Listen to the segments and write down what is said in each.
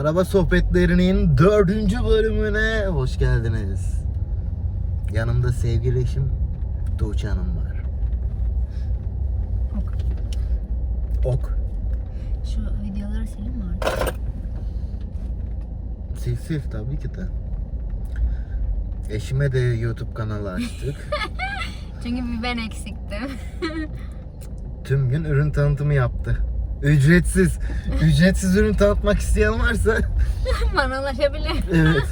Araba sohbetlerinin dördüncü bölümüne hoş geldiniz. Yanımda sevgili eşim Tuğçe Hanım var. Ok. Ok. Şu videoları silin mi artık? Sil sil tabii ki de. Eşime de YouTube kanalı açtık. Çünkü bir ben eksiktim. Tüm gün ürün tanıtımı yaptı. Ücretsiz. Ücretsiz ürün tanıtmak isteyen varsa Bana ulaşabilir. evet.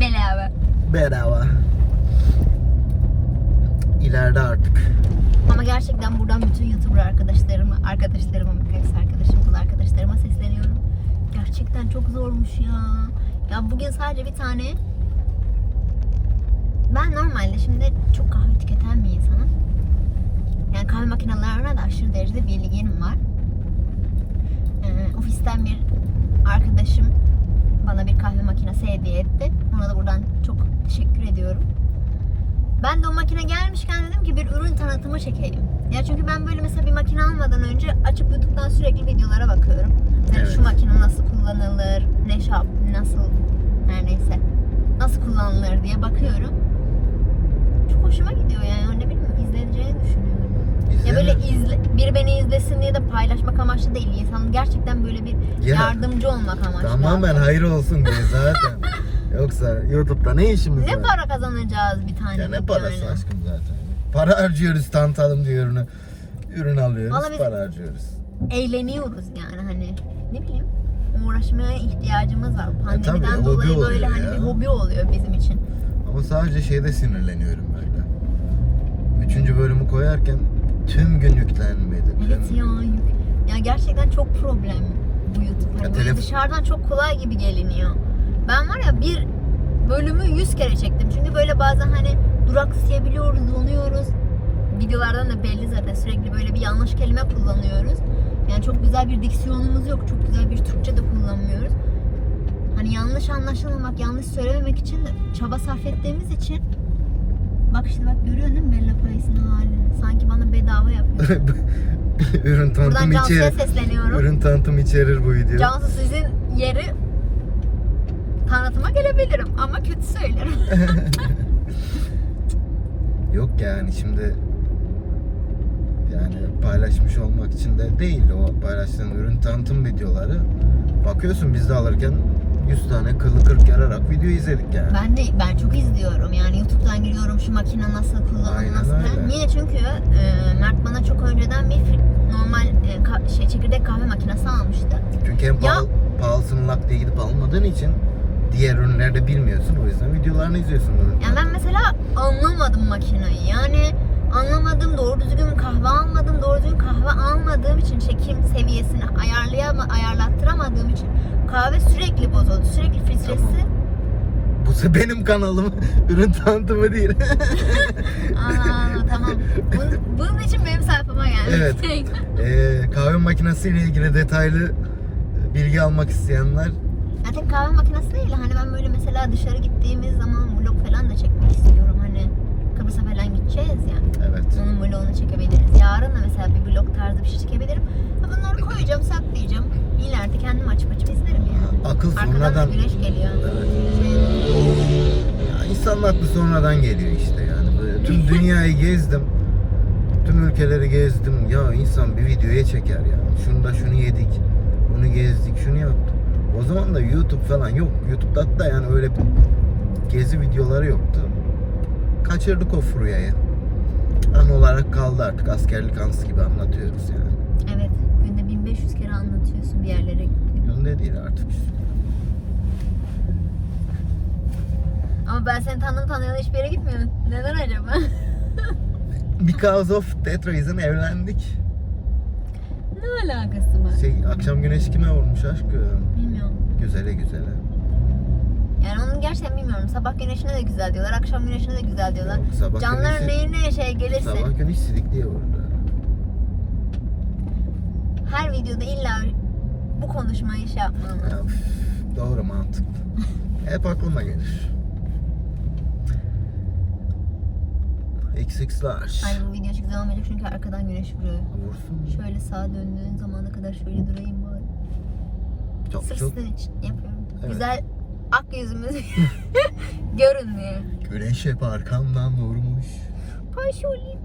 Bedava. Bedava. İleride artık. Ama gerçekten buradan bütün YouTuber arkadaşlarıma, arkadaşlarıma, kız arkadaşım, kız arkadaşlarıma sesleniyorum. Gerçekten çok zormuş ya. Ya bugün sadece bir tane... Ben normalde şimdi çok kahve tüketen bir insanım. Yani kahve makinelerine de aşırı derecede bir ilgim var. Ee, ofisten bir arkadaşım bana bir kahve makinesi hediye etti. Ona da buradan çok teşekkür ediyorum. Ben de o makine gelmişken dedim ki bir ürün tanıtımı çekeyim. Ya çünkü ben böyle mesela bir makine almadan önce açıp YouTube'dan sürekli videolara bakıyorum. Yani Evet. şu makine nasıl kullanılır, ne şap, nasıl, her neyse. Nasıl kullanılır diye bakıyorum. Çok hoşuma gidiyor yani öyle bilmiyorum izleneceğini düşünüyorum. Ya böyle izle, biri beni izlesin diye de paylaşmak amaçlı değil. İnsanın gerçekten böyle bir Ya, yardımcı olmak amaçlı. Tamamen hayır olsun diye zaten. Yoksa YouTube'da ne işimiz Ne var? para kazanacağız bir tane Ya ne videoyla? parası aşkım zaten. Para harcıyoruz tanıtalım diye ürünü. Ürün alıyoruz, Vallahi biz- para harcıyoruz. Eğleniyoruz yani hani ne bileyim uğraşmaya ihtiyacımız var. Pandemiden E, tabii, hobi dolayı böyle oluyor hani ya. bir hobi oluyor bizim için. Ama sadece şeyde sinirleniyorum ben de. Üçüncü bölümü koyarken tüm gün yüklenmedi. Evet ya yük- ya gerçekten çok problem bu YouTube. Hani Ya böyle telef- dışarıdan çok kolay gibi geliniyor. Ben var ya bir bölümü 100 kere çektim. Çünkü böyle bazen hani duraksayabiliyoruz, donuyoruz. Videolardan da belli zaten sürekli böyle bir yanlış kelime kullanıyoruz. Yani çok güzel bir diksiyonumuz yok. Çok güzel bir Türkçe de kullanmıyoruz. Hani yanlış anlaşılmamak, yanlış söylememek için de çaba sarf ettiğimiz için Bak işte bak görüyorsun değil mi Bella Pais'in halini? Sanki bana bedava yapıyor. ürün Buradan tanıtım Cansu'ya içerir. sesleniyorum. Ürün tanıtım içerir bu video. Cansu sizin yeri tanıtıma gelebilirim ama kötü söylerim. Yok yani şimdi yani paylaşmış olmak için de değil o paylaştığın ürün tanıtım videoları. Bakıyorsun biz de alırken 100 tane kılı kırk yararak video izledik yani. ben de ben çok izliyorum yani YouTube'dan giriyorum şu makine nasıl kullanılır Aynen nasıl. öyle. Niye çünkü e, Mert bana çok önceden bir fri- normal e, ka- şey çekirdek kahve makinesi almıştı. Çünkü hem Ya- pahalı, pahalısını lak diye gidip almadığın için diğer ürünleri de bilmiyorsun. O yüzden videolarını izliyorsun. ürün Yani ben tanıtım. mesela anlamadım makineyi. Yani anlamadım, doğru düzgün kahve almadım, doğru düzgün kahve almadığım için çekim seviyesini ayarlayama, ayarlattıramadığım için kahve sürekli bozuldu. Sürekli filtresi. Bu se- benim kanalım. ürün tanıtımı değil. Aa tamam. Bunun, bunun için benim sayfama geldi. Evet. Ee, kahve makinesiyle ilgili detaylı bilgi almak isteyenler Zaten kahve makinesi değil. Hani ben böyle mesela dışarı gittiğimiz zaman vlog falan da çekmek istiyorum. Hani Kıbrıs'a falan gideceğiz ya. evet. Onun vlogunu çekebiliriz. Yarın da mesela bir vlog tarzı bir şey çekebilirim. Ha, Bunları koyacağım, saklayacağım. İleride kendim açıp açıp izlerim yani. Akıl Arkadan da sonradan güneş geliyor. Evet. Ya insan aklı sonradan geliyor işte yani. Böyle tüm dünyayı gezdim. Tüm ülkeleri gezdim. Ya insan bir videoya çeker ya. Şunu da şunu yedik. Bunu gezdik. Şunu yaptık. O zaman da YouTube falan yok. YouTube'da hatta yani öyle bir gezi videoları yoktu. Kaçırdık o furyayı. An olarak kaldı artık. Askerlik anısı gibi anlatıyoruz yani. Evet. Günde 1500 kere anlatıyorsun bir yerlere gittiğini. Önde değil artık. Ama ben seni tanıdım tanıyalı hiçbir yere gitmiyorum. Neden acaba? Because of that reason evlendik. ne alakası var? Şey akşam güneş kime vurmuş aşkım? Bilmiyorum. Güzele güzele. Yani onu gerçekten bilmiyorum. Sabah güneşine de güzel diyorlar, akşam güneşine de güzel diyorlar. Yok, sabah Canlar güneşi- neyine şey gelirse. Sabah günü işsizlik diye vurdu. Her videoda illa bu konuşmayı şey yapmam lazım. Ya, üf, doğru mantıklı. Hep aklıma gelir. Eksikler. Ay bu video çok güzel olmayacak çünkü arkadan güneş vuruyor. Vursun. Şöyle sağa döndüğün zamana kadar şöyle durayım bari. Çok Sırf çok sizin için yapıyorum. Evet. Güzel ak yüzümüz görün diye. güneş hep arkamdan vurmuş. Paşolim.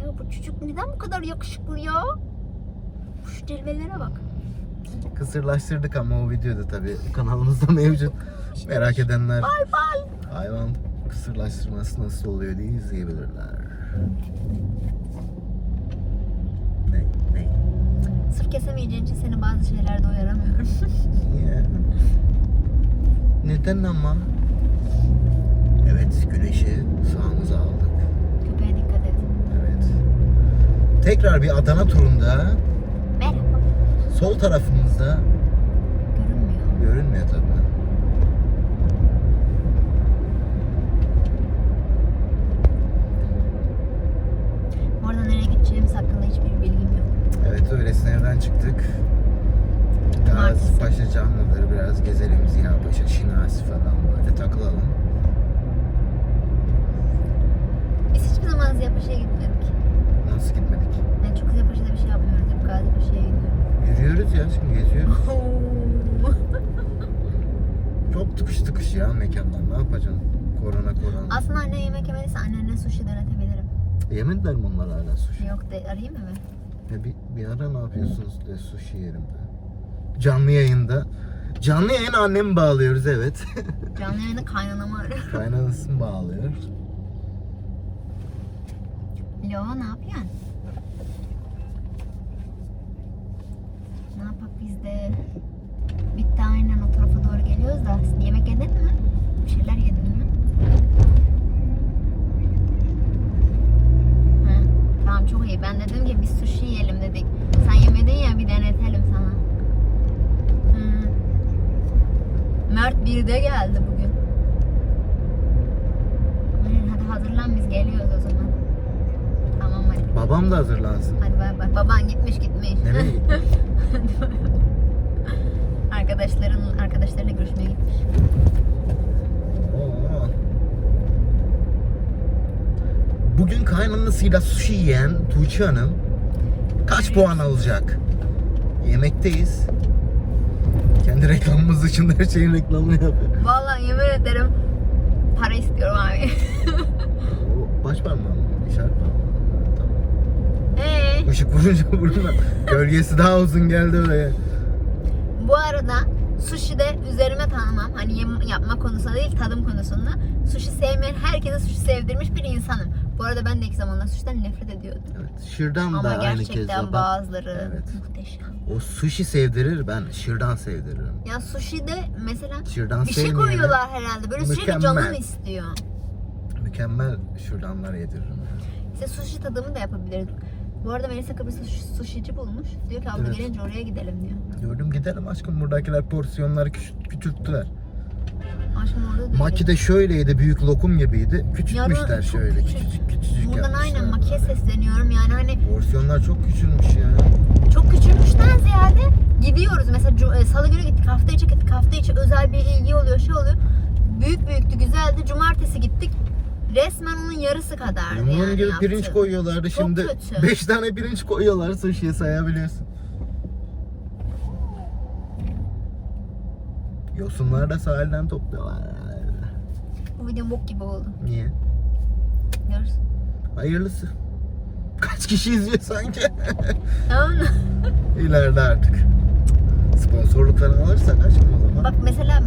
Ya bu çocuk neden bu kadar yakışıklı ya? Şu cilvelere bak. Kısırlaştırdık ama o videoda tabii kanalımızda mevcut. Merak edenler Bal bal. hayvan kısırlaştırması nasıl oluyor diye izleyebilirler. Ne? Ne? Sırf kesemeyeceğin için seni bazı şeylerde uyaramıyorum. Niye? Neden ama? Evet, güneşi sağımıza aldık. Köpeğe dikkat et. Evet. Tekrar bir Adana turunda Merhaba. sol tarafımızda Görünmüyor. görünmüyor tabii. Bu arada nereye gideceğimiz hakkında hiçbir bilgim yok. Evet, öylesine evden çıktık. Gazi Cumartesi. Paşa Camlıları biraz gezelim, Ziya Paşa, Şinasi falan böyle takılalım. Biz hiçbir zaman Ziya Paşa'ya gitmedik. Nasıl gitmedik? Yani çok Ziya Paşa'da bir şey yapmıyoruz. Hep Gazi Paşa'ya gidiyoruz. Yürüyoruz ya şimdi geziyoruz. Çok tıkış tıkış ya mekanlar. Ne yapacaksın? Korona korona. Aslında anne yemek yemediyse annene sushi denetebilirim. Yemediler mi onlar hala sushi? Yok de arayayım mı? ben? Ya bir, bir ara ne yapıyorsunuz de sushi yerim de. Canlı yayında. Canlı yayın annemi bağlıyoruz evet. Canlı yayında kaynanamı ara. Kaynanasını bağlıyor. Lo ne yapıyorsun? Ne yapak biz de bitti aynen o tarafa doğru geliyoruz da siz yemek yedin mi? Bir şeyler yedin mi? Ha, tamam çok iyi. Ben dedim ki biz sushi yiyelim dedik. Sen yemedin ya bir denetelim sana. Hı. Mert bir de geldi bugün. Hı, Hadi hazırlan biz geliyoruz o zaman. Tamam hadi. Babam da hazırlansın. Hadi bay bay. Baban gitmiş gitmiş. Nereye gitti? Arkadaşların arkadaşlarıyla görüşmeye gitmiş. Oo. Bugün kaynanasıyla sushi yiyen Tuğçe Hanım kaç puan alacak? Yemekteyiz. Kendi reklamımız için her şeyin reklamını yapıyor. Vallahi yemin ederim para istiyorum abi. O baş parmağım mı? İşaret parmağım mı? Tamam. Ee, Işık vurunca vurunca gölgesi daha uzun geldi oraya. bu arada sushi de üzerime tanımam. Hani yem- yapma konusunda değil tadım konusunda. Sushi sevmeyen herkese sushi sevdirmiş bir insanım. Bu arada ben de ilk zamanlar sushi'den nefret ediyordum. Evet, şırdan Ama da aynı kez gerçekten bazıları Evet. muhteşem. O sushi sevdirir ben şırdan sevdiririm. Ya sushi de mesela Şırdan bir şey sevmeyene koyuyorlar herhalde. Böyle sürekli Mükemmel. canım istiyor. Mükemmel şırdanlar yediririm. İşte sushi tadımı da yapabiliriz. Bu arada Melisa Kıbrıs'ta sushi- sushici bulmuş. Diyor ki abla Evet. gelince oraya gidelim diyor. Gördüm gidelim aşkım buradakiler porsiyonları küç- küçülttüler. Aşkım orada da öyle. Makide şöyleydi büyük lokum gibiydi. Küçültmüşler Yarın çok şöyle küçük. küçücük küçücük Buradan yapmışlar. aynen makiye sesleniyorum yani hani Porsiyonlar çok küçülmüş ya. çok küçülmüşten ziyade gidiyoruz. Mesela cu- e, salı günü gittik, hafta içi gittik, hafta içi özel bir ilgi oluyor, şey oluyor. Büyük büyüktü, güzeldi. Cumartesi gittik. Resmen onun yarısı kadardı Limon yani gibi yaptı. pirinç koyuyorlardı Çok şimdi. kötü. 5 tane pirinç koyuyorlar sushi'ye sayabiliyorsun. Yosunları da sahilden topluyorlar. Bu video bok gibi oldu. Niye? Görürsün. Hayırlısı. Kaç kişi izliyor sanki? Tamam mı? İleride artık. Sponsorluklarını alırsak aşkım o zaman. Bak mesela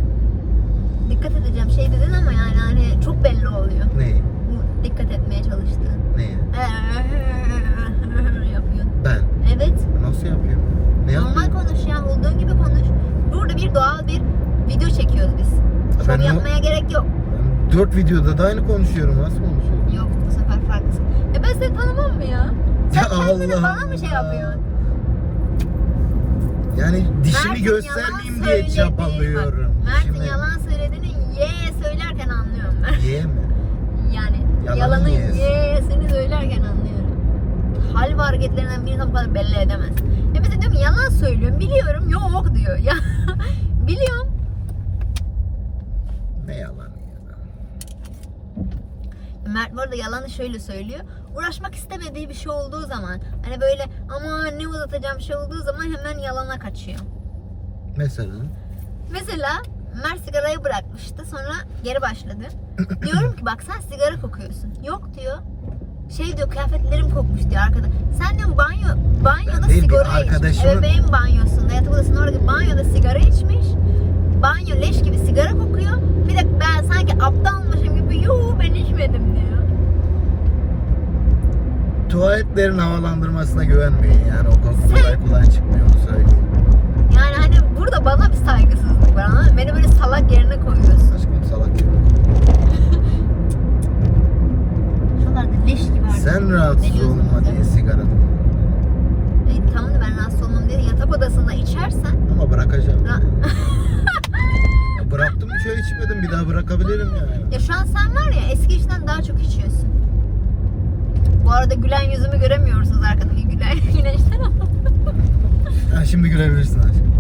dikkat edeceğim şey dedin ama yani hani çok belli oluyor. Neyi? Bu dikkat etmeye çalıştığın. Neyi? yapıyor. Ben. Evet. Nasıl yapıyorum? Ne Normal yapıyorum? konuş ya. Olduğun gibi konuş. Burada bir doğal bir video çekiyoruz biz. Şov Ben ne- yapmaya gerek yok. Ben Dört videoda da aynı konuşuyorum. Nasıl konuşuyorum? Yok bu sefer farklısın. E ben seni tanımam mı ya? Sen Ya kendini Allah bana mı şey Allah. yapıyorsun? Yani dişimi Mert'in göstermeyeyim yalan diye söylediği- çabalıyorum. Bak, Mert'in Dişimi- yalan söylediğini ye söylerken anlıyorum ben. Ye mi? Yani Yalanın yalanı yeğesi. yeğesini söylerken anlıyorum. Hal ve hareketlerinden birini tam bu kadar belli edemez. Ya mesela diyorum ki, yalan söylüyorum biliyorum yok diyor. Ya biliyorum. Ne yalanı ya? Mert bu arada yalanı şöyle söylüyor. uğraşmak istemediği bir şey olduğu zaman hani böyle ama ne uzatacağım şey olduğu zaman hemen yalana kaçıyor. Mesela Mesela Mert sigarayı bırakmıştı sonra geri başladı. Diyorum ki bak sen sigara kokuyorsun. Yok diyor. Şey diyor kıyafetlerim kokmuş diyor arkada. Sen diyor banyo banyoda Ben değil, bir sigara içmiş. arkadaşımın- Ebeveyn banyosunda yatak odasının oradaki banyoda sigara içmiş. Banyo leş gibi sigara kokuyor. Bir de ben sanki aptalmışım gibi yoo ben içmedim diyor. tuvaletlerin havalandırmasına güvenmeyin yani o koku kolay kolay çıkmıyor onu söyleyeyim. Yani hani burada bana bir saygısızlık var ama beni böyle salak yerine koyuyorsun. Aşkım salak gibi. Şuralarda leş gibi artık. Sen rahatsız Deliyorsun olma bizi. diye sigara E, tamam da ben rahatsız olmam diye yatak odasında içersen ama bırakacağım. ra- Bıraktım hiç öyle içmedim bir daha bırakabilirim yani. ya şu an sen var ya eski işten daha çok içiyorsun. Bu arada gülen yüzümü göremiyorsunuz arkadaki gülen güneşten ama. Ha, şimdi görebilirsin aşkım.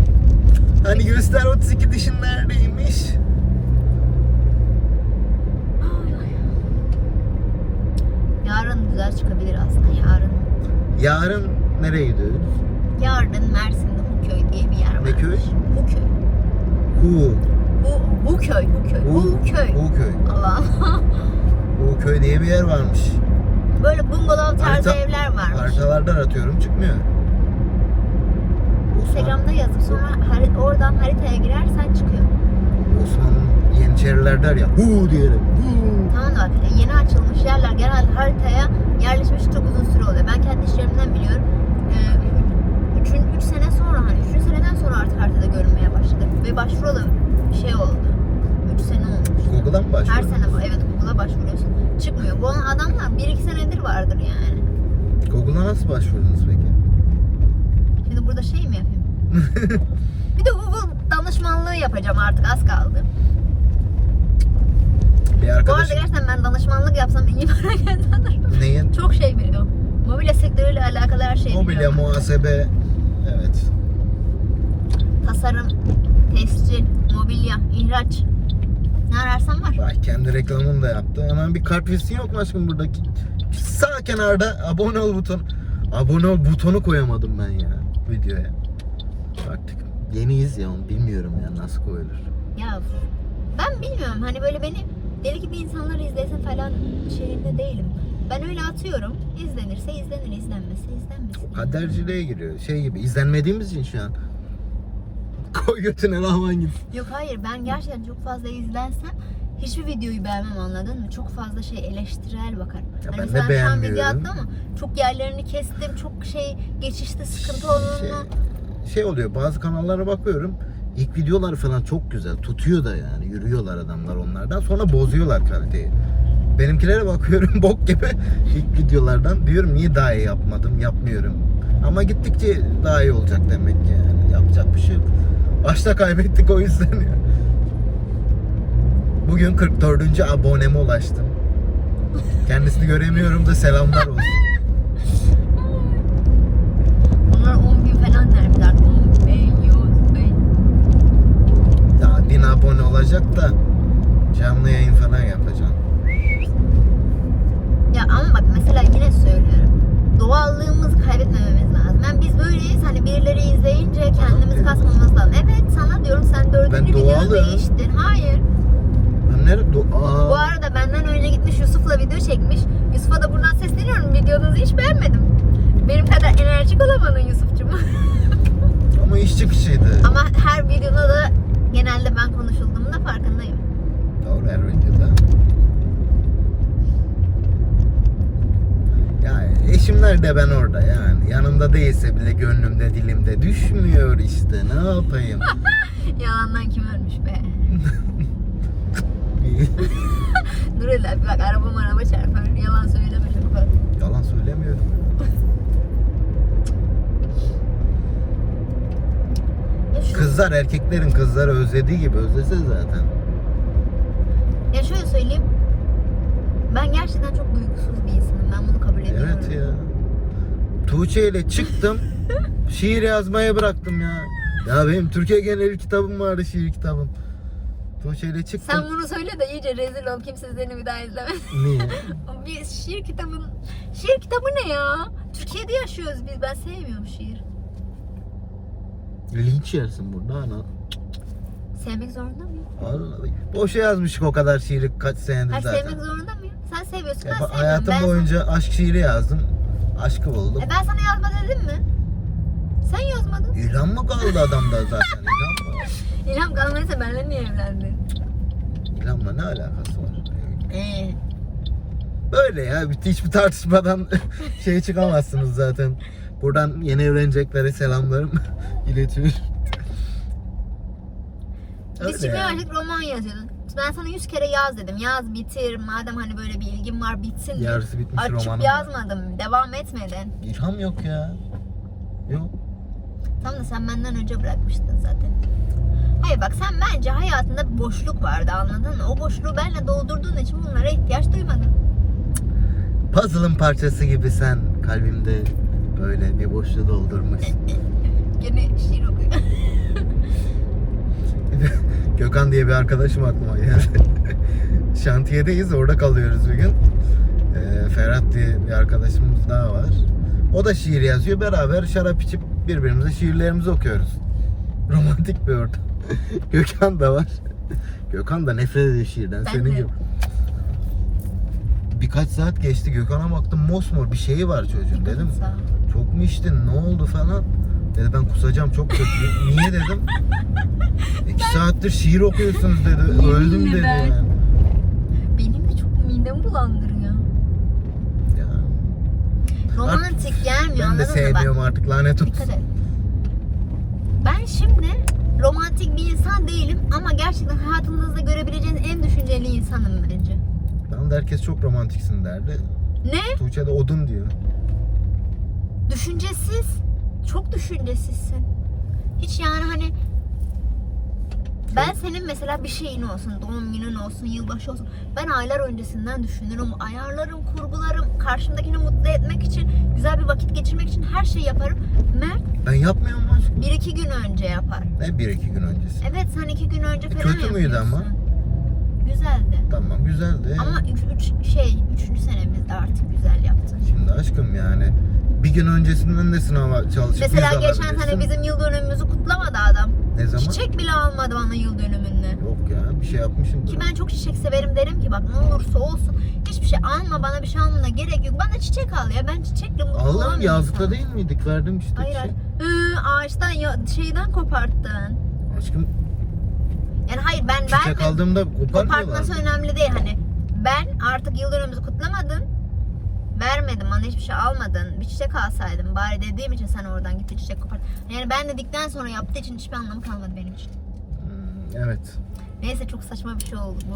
Hani göster 32 dişin neredeymiş? Ay, ay. Yarın güzel çıkabilir aslında yarın. Yarın nereye gidiyoruz? Yarın Mersin'de Huköy diye bir yer var. Ne köy? Huköy. Hu. Bu Huköy, Huköy. Huköy. Hu köy. Allah. Hu köy diye bir yer varmış. Böyle bungalov tarzı Harita- evler varmış. Haritalardan atıyorum çıkmıyor. Osman, Instagram'da yazıp sonra hari- oradan haritaya girersen çıkıyor. Osman Yeniçeriler der ya hu diyelim. Hu. Tamam da bak, E, yeni açılmış yerler genelde haritaya yerleşmiş çok uzun süre oluyor. Ben kendi işlerimden biliyorum. 3 üçün, üç sene sonra hani üçüncü seneden sonra artık haritada görünmeye başladı. Ve başvurulu şey oldu. 3 sene olmuş. Google'dan mı Her başlıyor? sene bu- evet Google'a başvuruyorsun. Çıkmıyor. Bu adamlar 1-2 senedir vardır yani. Google'a nasıl başvurdunuz peki? Şimdi burada şey mi yapayım? Bir de Google danışmanlığı yapacağım artık az kaldı. bir Bu arada arkadaşım gerçekten ben danışmanlık yapsam iyi para kazanırım. neyin? Çok şey biliyorum. Mobilya sektörüyle alakalı her şeyi Mobilya, biliyorum. muhasebe, evet. tasarım, tescil, mobilya, ihraç. Ne ararsan var. Vay kendi reklamını da yaptı. Hemen bir kart vitrin yok mu aşkım buradaki? Sağ kenarda abone ol buton. Abone ol butonu koyamadım ben ya videoya. Artık yeniyiz ya onu bilmiyorum ya nasıl koyulur. Ya ben bilmiyorum hani böyle beni deli gibi insanlar izlesin falan şeyinde değilim. Ben öyle atıyorum. İzlenirse izlenir, izlenmezse izlenmesin. Kaderciliğe giriyor. Şey gibi izlenmediğimiz için şu an. Koy götüne lahman git. Yok hayır ben gerçekten çok fazla izlensem hiçbir videoyu beğenmem anladın mı? Çok fazla şey eleştirel bakarım. ben de mesela şu an video beğenmiyorum. attım ama çok yerlerini kestim, çok şey geçişte sıkıntı olduğunu. Şey, şey oluyor bazı kanallara bakıyorum. İlk videolar falan çok güzel. Tutuyor da yani. Yürüyorlar adamlar onlardan. Sonra bozuyorlar kaliteyi. Benimkilere bakıyorum bok gibi ilk videolardan. Diyorum niye daha iyi yapmadım, yapmıyorum. Ama gittikçe daha iyi olacak demek ki yani. Yapacak bir şey yok. Başta kaybettik o yüzden ya. Bugün 44. aboneme ulaştım. Kendisini göremiyorum da selamlar olsun. Bunlar 10 bin falan vermişler. 10 bin, 100 bin. Daha bin abone olacak da canlı yayın falan yapacağım. Ya ama bak mesela yine söylüyorum. Doğallığımızı kaybetmememiz lazım. Ben biz böyleyiz hani birileri izleyince kendimiz Evet. kasmamız lazım. Evet sana diyorum sen Ben dördüncü videoyu doğalım. değiştin. Hayır. Ben nerede? Do- Bu Aa, arada benden önce gitmiş Yusuf'la video çekmiş. Yusuf'a da buradan sesleniyorum. Videonuzu hiç beğenmedim. Benim kadar enerjik olamadın Yusuf'cum. ama iş çıkışıydı. ama her videoda da genelde ben konuşulduğumda farkındayım. Doğru her videoda. Ya eşim nerede ben orada yani. Yanımda değilse bile gönlümde dilimde düşmüyor işte ne yapayım. Yalandan kim ölmüş be? Dur hele bak araba maraba çarpar. Yalan söyleme çok fazla. Yalan söylemiyorum. Ya şu- Kızlar erkeklerin kızları özlediği gibi özlese zaten. Ya şöyle söyleyeyim. Ben gerçekten çok duygusuz bir insanım. Ben bunu kabul ediyorum. Evet ya. Tuğçe ile çıktım. şiir yazmaya bıraktım ya. Ya benim Türkiye geneli kitabım vardı şiir kitabım. Tuğçe ile çıktım. Sen bunu söyle de iyice rezil ol. Kimse seni bir daha izlemez. Niye? bir şiir kitabın... Şiir kitabı ne ya? Türkiye'de yaşıyoruz biz. Ben sevmiyorum şiir. Linç yersin burada ana. Sevmek zorunda mıyım? Vallahi boşa yazmışık o kadar şiiri kaç senedir Hayır zaten. sevmek zorunda mıyım? Sen seviyorsun Ya ben ben sevmiyorum. hayatım ben boyunca aşk şiiri yazdım. Aşkı buldum. E ben sana yazma dedim mi? Sen yazmadın. İlham mı kaldı adamda zaten? İlham mı? İlham kalmadıysa benimle niye evlendin? İlhamla ne alakası var? Ee, Böyle ya bir- hiçbir tartışmadan şey çıkamazsınız zaten. Buradan yeni evleneceklere selamlarım iletiyorum. biz Öyle çünkü yani. artık roman yazıyordun. Ben sana yüz kere yaz dedim. Yaz bitir. Madem hani böyle bir ilgin var bitsin. diye. Yarısı bitmiş Açıp romanım. yazmadım. Devam etmedin. İlham yok ya. Yok. Tam da sen benden önce bırakmıştın zaten. Hayır bak sen bence hayatında bir boşluk vardı anladın mı? O boşluğu benle doldurduğun için bunlara ihtiyaç duymadın. Puzzle'ın parçası gibi sen kalbimde böyle bir boşluğu doldurmuşsun. Gene şiir okuyor. Gökhan diye bir arkadaşım aklıma geldi. Şantiyedeyiz, orada kalıyoruz bir gün. Ee, Ferhat diye bir arkadaşımız daha var. O da şiir yazıyor. Beraber şarap içip birbirimize şiirlerimizi okuyoruz. Romantik bir ortam. Gökhan da var. Gökhan da nefret ediyor şiirden. Ben Senin de. gibi. Birkaç saat geçti. Gökhan'a baktım mosmor bir şeyi var çocuğun. Dedim Sağ ol. çok mu içtin ne oldu falan. Dedi ben kusacağım çok kötü. Niye dedim. İki saattir şiir okuyorsunuz dedi. Yeminle Öldüm dedi. ben- Yani. Benim de çok midemi bulandırıyor. Ya, Romantik gelmiyor ben de anladın mı? Bak, sevmiyorum artık lanet olsun. Dikkat et. Ben şimdi romantik bir insan değilim ama gerçekten hayatınızda görebileceğiniz en düşünceli insanım bence. Tamam da herkes çok romantiksin derdi. Ne? Tuğçe de odun diyor. Düşüncesiz. Çok düşüncesizsin. Hiç yani hani ben senin mesela bir şeyin olsun, doğum günün olsun, yılbaşı olsun. Ben aylar öncesinden düşünürüm, ayarlarım, kurgularım. Karşımdakini mutlu etmek için, güzel bir vakit geçirmek için her şeyi yaparım. Mert Ben yapmıyorum mu aşkım? bir iki gün önce yapar. Ne bir iki gün öncesi. Evet sen iki gün önce E, falan kötü müydü yapıyorsun. ama? Güzeldi. Tamam güzeldi. Ama üç, üç- şey, üçüncü senemizde artık güzel yaptın. Şimdi aşkım yani bir gün öncesinden de sınava çalışıp Mesela vize geçen sene alabilirsin. bizim yıl dönümümüzü kutlamadı adam. Ne zaman? Çiçek bile almadı bana yıl dönümünde. Yok ya bir şey yapmışım. Ki ben çok çiçek severim derim ki bak ne olursa olsun hiçbir şey alma bana bir şey almana gerek yok. Bana çiçek al ya ben çiçekle mutlu olan Allah'ım bir insanım. yazlıkta değil miydik? Verdim işte Hayır hayır. çiçek. Hı, ağaçtan ya, şeyden koparttın. Aşkım Yani hayır ben çiçek vermedim. aldığımda koparmıyorlar. Kopartması önemli değil hani. Ben artık yıl dönümümüzü kutlamadım. Vermedim bana hiçbir şey almadın. Bir çiçek alsaydım bari dediğim için sen oradan gitti çiçek kopart. Yani ben dedikten sonra yaptığı için hiçbir anlamı kalmadı benim için. Hmm, Evet. Neyse çok saçma bir şey oldu bu.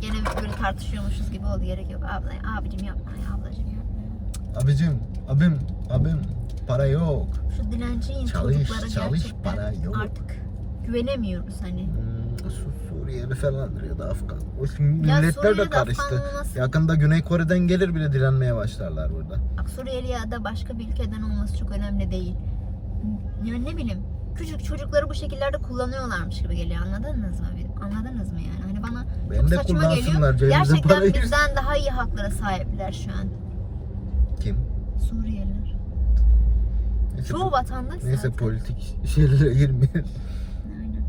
Gene böyle tartışıyormuşuz gibi oldu gerek yok. Abla, abicim yapma ya ablacım yapma. Abicim, abim, abim para yok. Şu dilenci Çalış, çocuklara çalış, gerçekten para yok. artık güvenemiyoruz hani. Hmm, Su- Suriyeli falandır ya da Afgan. O şimdi Ya milletler Suriye'de de karıştı. Afganlı nasıl- Yakında Güney Kore'den gelir bile dilenmeye başlarlar burada. Bak Suriyeli ya da başka bir ülkeden olması çok önemli değil. Yani ne bileyim küçük çocukları bu şekillerde kullanıyorlarmış gibi geliyor anladınız mı? Anladınız mı yani? Hani bana Ben de saçma kullansınlar geliyor. cebimize Gerçekten para girsin. bizden daha iyi haklara sahipler şu an. Kim? Suriyeliler. Neyse, Çoğu vatandaş neyse zaten. politik şeylere girmeyelim. Aynen.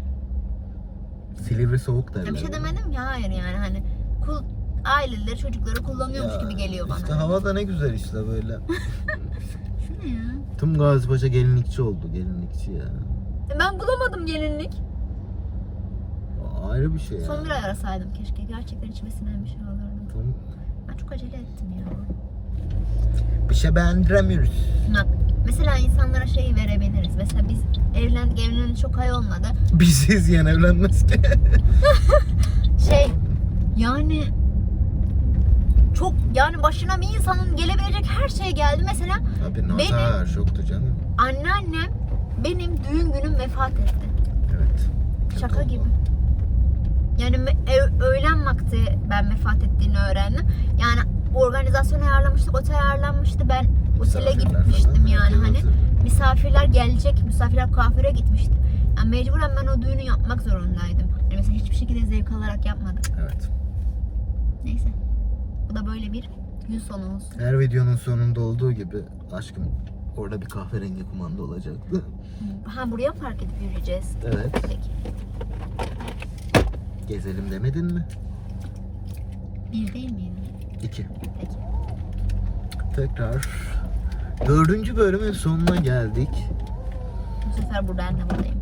Silivri soğuk derler. Ya bir şey ya. demedim ya hayır yani hani kul, aileleri çocukları kullanıyormuş Ya, gibi geliyor bana. İşte hava da ne güzel işte böyle. Şu ne ya? Tüm Gazi Paşa gelinlikçi oldu gelinlikçi ya. E Ben bulamadım gelinlik. Ayrı bir şey ya. Son bir ay arasaydım keşke. Gerçekten içime sinen bir şey olurdu. Tam- Ben çok acele ettim ya. Bir şey beğendiremiyoruz. Bak mesela insanlara şeyi verebiliriz. Mesela biz evlendik evleneli çok ay olmadı. Biziz yani evlenmez ki. Şey yani çok yani başına bir insanın gelebilecek her şey geldi. Mesela Abi Benim- nazar şoktu canım. anneannem benim düğün günüm vefat etti. Evet. Şaka Kötü oldu. gibi. Yani me- e- öğlen vakti ben vefat ettiğini öğrendim. Yani organizasyon ayarlamıştık, otel ayarlanmıştı. Ben otele Misafirler gitmiştim falan. yani hani. Herkes hazır. Misafirler gelecek, misafirler kuaföre gitmişti. Yani mecburen ben o düğünü yapmak zorundaydım. Yani mesela hiçbir şekilde zevk alarak yapmadık. Evet. Neyse. Bu da böyle bir gün sonu olsun. Her videonun sonunda olduğu gibi aşkım orada bir kahverengi kumanda olacaktı. Ha buraya fark edip yürüyeceğiz. Evet. Peki. Gezelim demedin mi? Bir değil miydi? İki. Peki. Tekrar dördüncü bölümün sonuna geldik. Bu sefer burada annem olayım.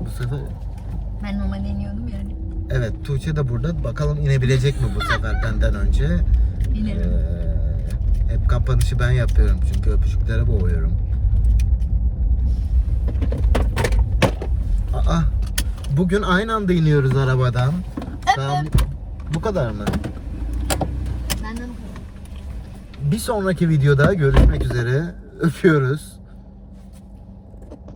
Bu sefer Ben mama deniyordum yani. evet Tuğçe de burada. Bakalım inebilecek mi bu sefer benden önce? Bilirim. Ee, hep kapanışı ben yapıyorum çünkü öpücüklere boğuyorum. Aa, bugün aynı anda iniyoruz arabadan. Tamam. Bu kadar mı? Benden o kadar. Bir sonraki videoda görüşmek üzere. Öpüyoruz.